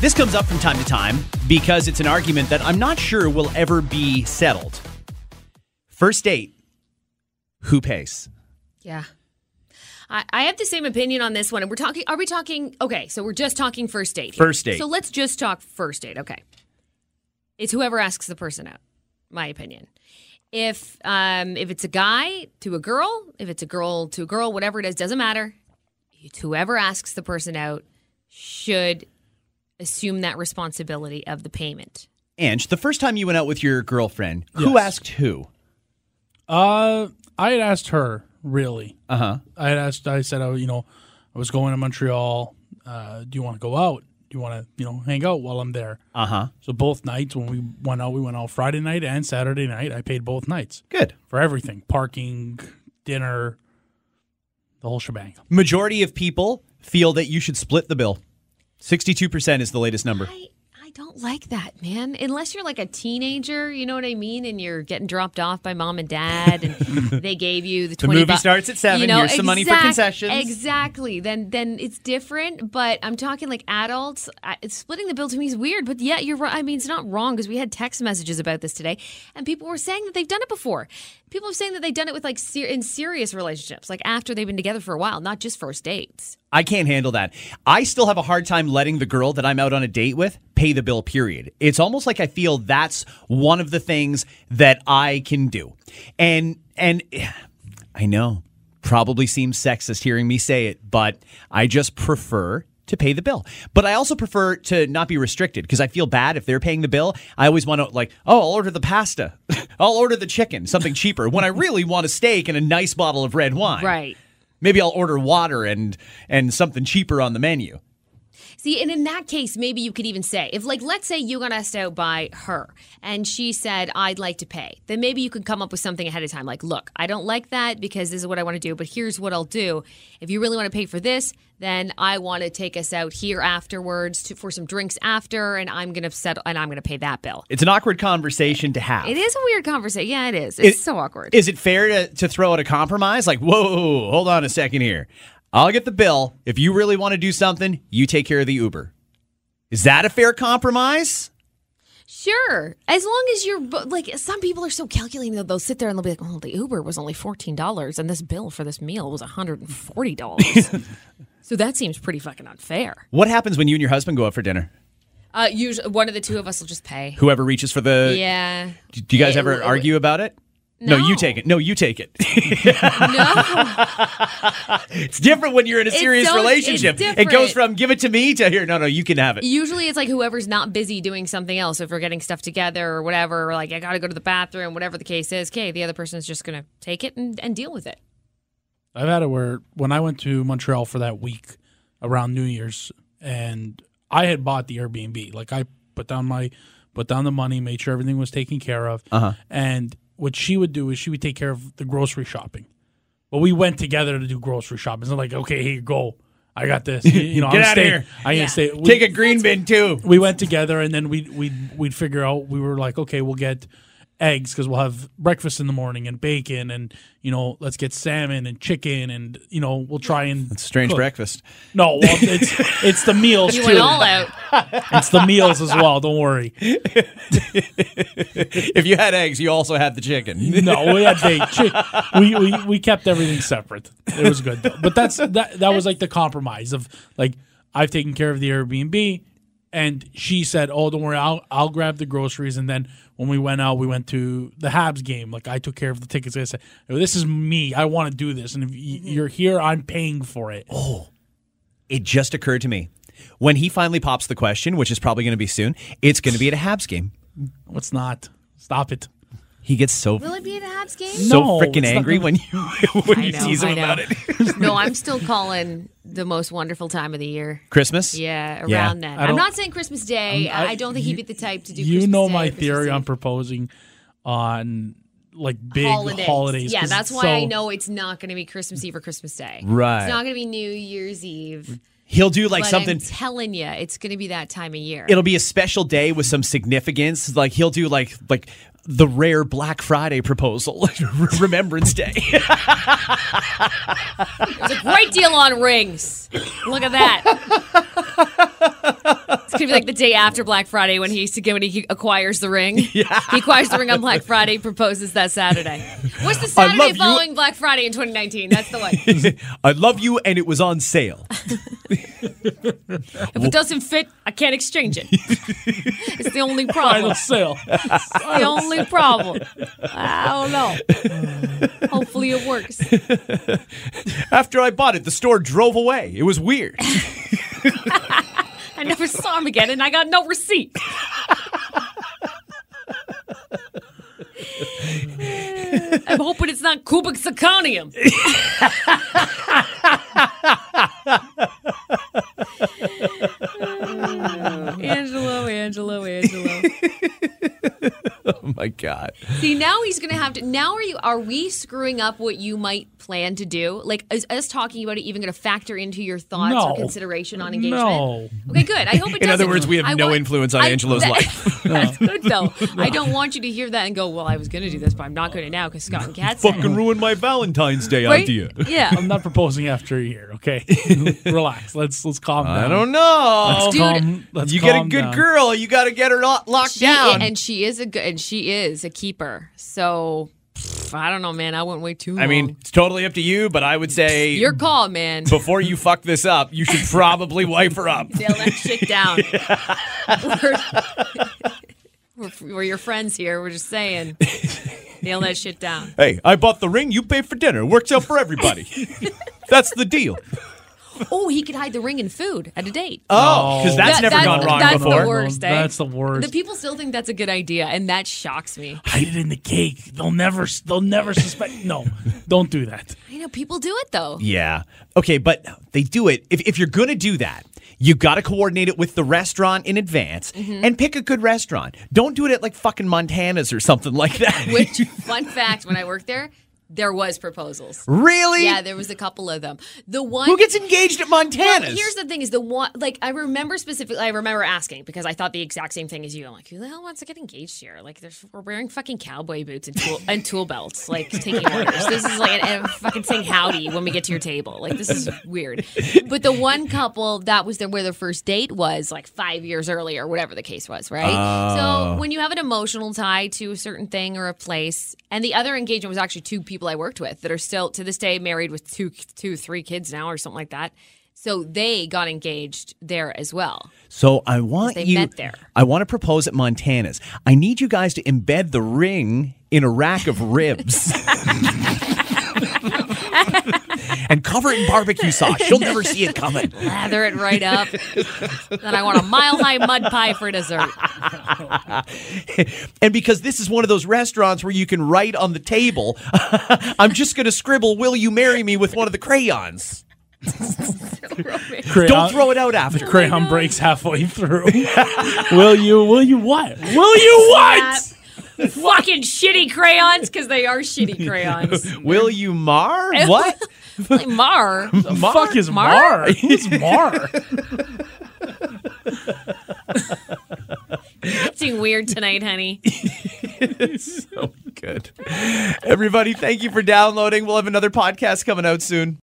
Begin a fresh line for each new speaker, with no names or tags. this comes up from time to time because it's an argument that I'm not sure will ever be settled. First date, who pays?
Yeah. I, I have the same opinion on this one. And we're talking, are we talking? Okay, so we're just talking first date. here.
First date.
So let's just talk first date. Okay. It's whoever asks the person out, my opinion. If um, if it's a guy to a girl, if it's a girl to a girl, whatever it is, doesn't matter. It's whoever asks the person out should assume that responsibility of the payment.
Ange, the first time you went out with your girlfriend, who
Yes.
asked who?
Uh, I had asked her really. Uh huh. I had asked. I said, oh, you know, I was going to Montreal. Uh, do you want to go out? Do you want to, you know, hang out while I'm there?
Uh huh.
So both nights when we went out, we went out Friday night and Saturday night. I paid both nights
Good.
for everything: parking, dinner, the whole shebang.
Majority of people feel that you should split the bill. 62% is the latest number.
I I don't like that, man. Unless you're like a teenager, you know what I mean, and you're getting dropped off by mom and dad, and they gave you the twenty.
movie
bu-
starts at seven,
You know,
here's some money for
exact-
concessions.
Exactly. Then then it's different. But I'm talking like adults. I, it's- splitting the bill to me is weird. But yeah, you're right. I mean, it's not wrong because we had text messages about this today, and people were saying that they've done it before. People are saying that they've done it with like ser- in serious relationships, like after they've been together for a while, not just first dates.
I can't handle that. I still have a hard time letting the girl that I'm out on a date with pay the bill, period. It's almost like I feel that's one of the things that I can do. And and I know probably seems sexist hearing me say it, but I just prefer to pay the bill. But I also prefer to not be restricted because I feel bad if they're paying the bill. I always want to like, oh, I'll order the pasta. I'll order the chicken, something cheaper when I really want a steak and a nice bottle of red wine.
Right.
Maybe I'll order water and and something cheaper on the menu.
See, and in that case, maybe you could even say, if like, let's say you got asked out by her and she said, I'd like to pay, then maybe you could come up with something ahead of time. Like, look, I don't like that because this is what I want to do, but here's what I'll do. If you really want to pay for this, then I want to take us out here afterwards to, for some drinks after, and I'm going to settle and I'm going to pay that bill.
It's an awkward conversation to have.
It is a weird conversation. Yeah, it is. It's
It-
so awkward.
Is it fair to, to throw out a compromise? Like, whoa, hold on a second here. I'll get the bill. If you really want to do something, you take care of the Uber. Is that a fair compromise?
Sure, as long as you're but, like some people are so calculating that they'll sit there and they'll be like, "Well, the Uber was only fourteen dollars, and this bill for this meal was one hundred and forty dollars." so that seems pretty fucking unfair.
What happens when you and your husband go out for dinner?
Uh, usually, one of the two of us will just pay.
Whoever reaches for the.
Yeah.
Do you guys
It-
ever
it-
argue about it? no, you
No.
take it. No, you take it.
No,
it's different when you're in a
It's
serious
so- it's
relationship. It
different.
goes from give it to me to here. No, no, you can have it.
usually it's like whoever's not busy doing something else. If we're getting stuff together or whatever, or like I gotta go to the bathroom, whatever the case is. Okay, the other person's just gonna take it and, and deal with it.
I've had it where when I went to Montreal for that week around New Year's, and I had bought the Airbnb. Like I put down my put down the money, made sure everything was taken care of. Uh-huh. And what she would do is she would take care of the grocery shopping. But we went together to do grocery shopping. It's not like okay, here you go. I got this. You, you know,
Get
I'm
outta
staying-
here.
I
Yeah.
can stay. We-
Take a green bin too.
we went together and then we'd we'd we'd figure out we were like okay we'll get eggs because we'll have breakfast in the morning and bacon and you know let's get salmon and chicken and you know we'll try and
Strange
cook.
breakfast.
no well, it's it's the meals
You
too
went all out.
it's the meals as well don't worry
If you had eggs, you also had the chicken.
no we had bacon Chi- we, we we kept everything separate it was good though. but that's that that was like the compromise of like I've taken care of the Airbnb and she said, "Oh, don't worry, I'll I'll grab the groceries." And then when we went out, we went to the Habs game. Like I took care of the tickets. I said, "Oh, "This is me. I want to do this." And if y-
Mm-hmm.
you're here, I'm paying for it.
It just occurred to me. When he finally pops the question, which is probably going to be soon, it's going to be at a Habs game.
What's not? Stop it.
He gets so
Will it be at a Habs game?
so
No, it's
freaking
not
angry
gonna-
when you when
I
you
know,
tease him
I know.
about it.
no, I'm still calling the most wonderful time of the year.
Christmas?
Yeah,
Yeah.
around then.
I
I'm
don't-
not saying Christmas Day.
I'm-
I, I don't think he'd be the type to do.
You
Christmas
know
Day
my
or Christmas
theory
Eve.
on proposing on like big
holidays.
holidays.
Yeah,
'cause
that's
it's
why
so-
I know it's not going to be Christmas Eve or Christmas Day.
Right.
It's not going to be New Year's Eve.
He'll do like
but
something
I'm telling you, it's going to be that time of year.
it'll be a special day with some significance. Like he'll do like like the rare Black Friday proposal, Remembrance Day.
There's a great deal on rings. Look at that. It's gonna be like the day after Black Friday when he used to get when he acquires the ring. Yeah. He acquires the ring on Black Friday, proposes that Saturday. What's the
I love
Saturday
you.
following Black Friday in 2019? That's the one. If
I love you, and it was on sale.
it doesn't fit, I can't exchange it. It's the only problem.
Final sale.
It's the only problem. I don't know. Hopefully it works.
After I bought it, the store drove away. It was weird.
I never saw him again, and I got no receipt. I'm hoping it's not cubic zirconium. Angelo, Angelo, Angelo.
oh my god.
See, now he's gonna have to. Now are you? Are we screwing up what you might plan to do? Like, is us talking about it even gonna factor into your thoughts
No.
or consideration on engagement?
No.
Okay, good. I hope it doesn't.
In other words, we have
I
no
want-
influence on
I-
Angelo's
that-
life.
That's good, though. I don't want you to hear that and go, well, I was going to do this, but I'm not going to now because Scott and Kat said.
Fucking ruined my Valentine's Day
right?
idea.
Yeah.
I'm not proposing after a year, okay? Relax. Let's let's calm down.
I don't know.
Let's
Dude,
calm, let's
you get a
calm
good
down.
girl, you got to get her lo- locked
She,
down.
and she is a good, and she is a keeper. So pff, I don't know, man. I wouldn't wait too long.
I mean, it's totally up to you, but I would say
your call, man.
before you fuck this up, you should probably wipe her up.
Nail that shit down. we're, we're, we're your friends here. We're just saying. Nail that shit down.
Hey, I bought the ring, you pay for dinner. Works out for everybody. That's the deal.
Oh, he could hide the ring in food at a date.
Oh, because that's
That-
never
that-
gone wrong
that's the
before.
word. worst, eh?
That's the worst.
The people still think that's a good idea, and that shocks me.
Hide it in the cake. They'll never they'll never suspect. No, don't do that.
I know people do it though.
Yeah. Okay, but they do it. If, if you're going to do that, you got to coordinate it with the restaurant in advance
Mm-hmm.
and pick a good restaurant. Don't do it at like fucking Montana's or something like that.
Which, fun fact, when I worked there, there was proposals.
really?
Yeah, there was a couple of them. The one
Who gets engaged at
Well,
Montana's?
here's the thing: is the one like I remember specifically. I remember asking because I thought the exact same thing as you. I'm like, who the hell wants to get engaged here? Like, there's, we're wearing fucking cowboy boots and tool and tool belts, like taking orders. This is like and fucking saying howdy when we get to your table. Like, this is weird. But the one couple that was their where their first date was like five years earlier, whatever the case was, right? So when you have an emotional tie to a certain thing or a place, and the other engagement was actually two people I worked with that are still to this day married with two, two, three kids now or something like that. So they got engaged there as well.
So I want
They
you.
met there.
I want to propose at Montana's. I need you guys to embed the ring in a rack of ribs. and cover it in barbecue sauce. She'll never see it coming.
Lather it right up. then I want a mile high mud pie for dessert.
And because this is one of those restaurants where you can write on the table, I'm just going to scribble, Will you marry me with one of the crayons?
Crayon,
Don't throw it out after.
Crayon breaks halfway through. will you? Will you what? Will you what?
Fucking shitty crayons because they are shitty crayons.
Will you mar? What?
Like Mar.
The fuck is Mar?
Mar?
Who's Mar?
Acting weird tonight, honey.
Oh, so good. Everybody, thank you for downloading. We'll have another podcast coming out soon.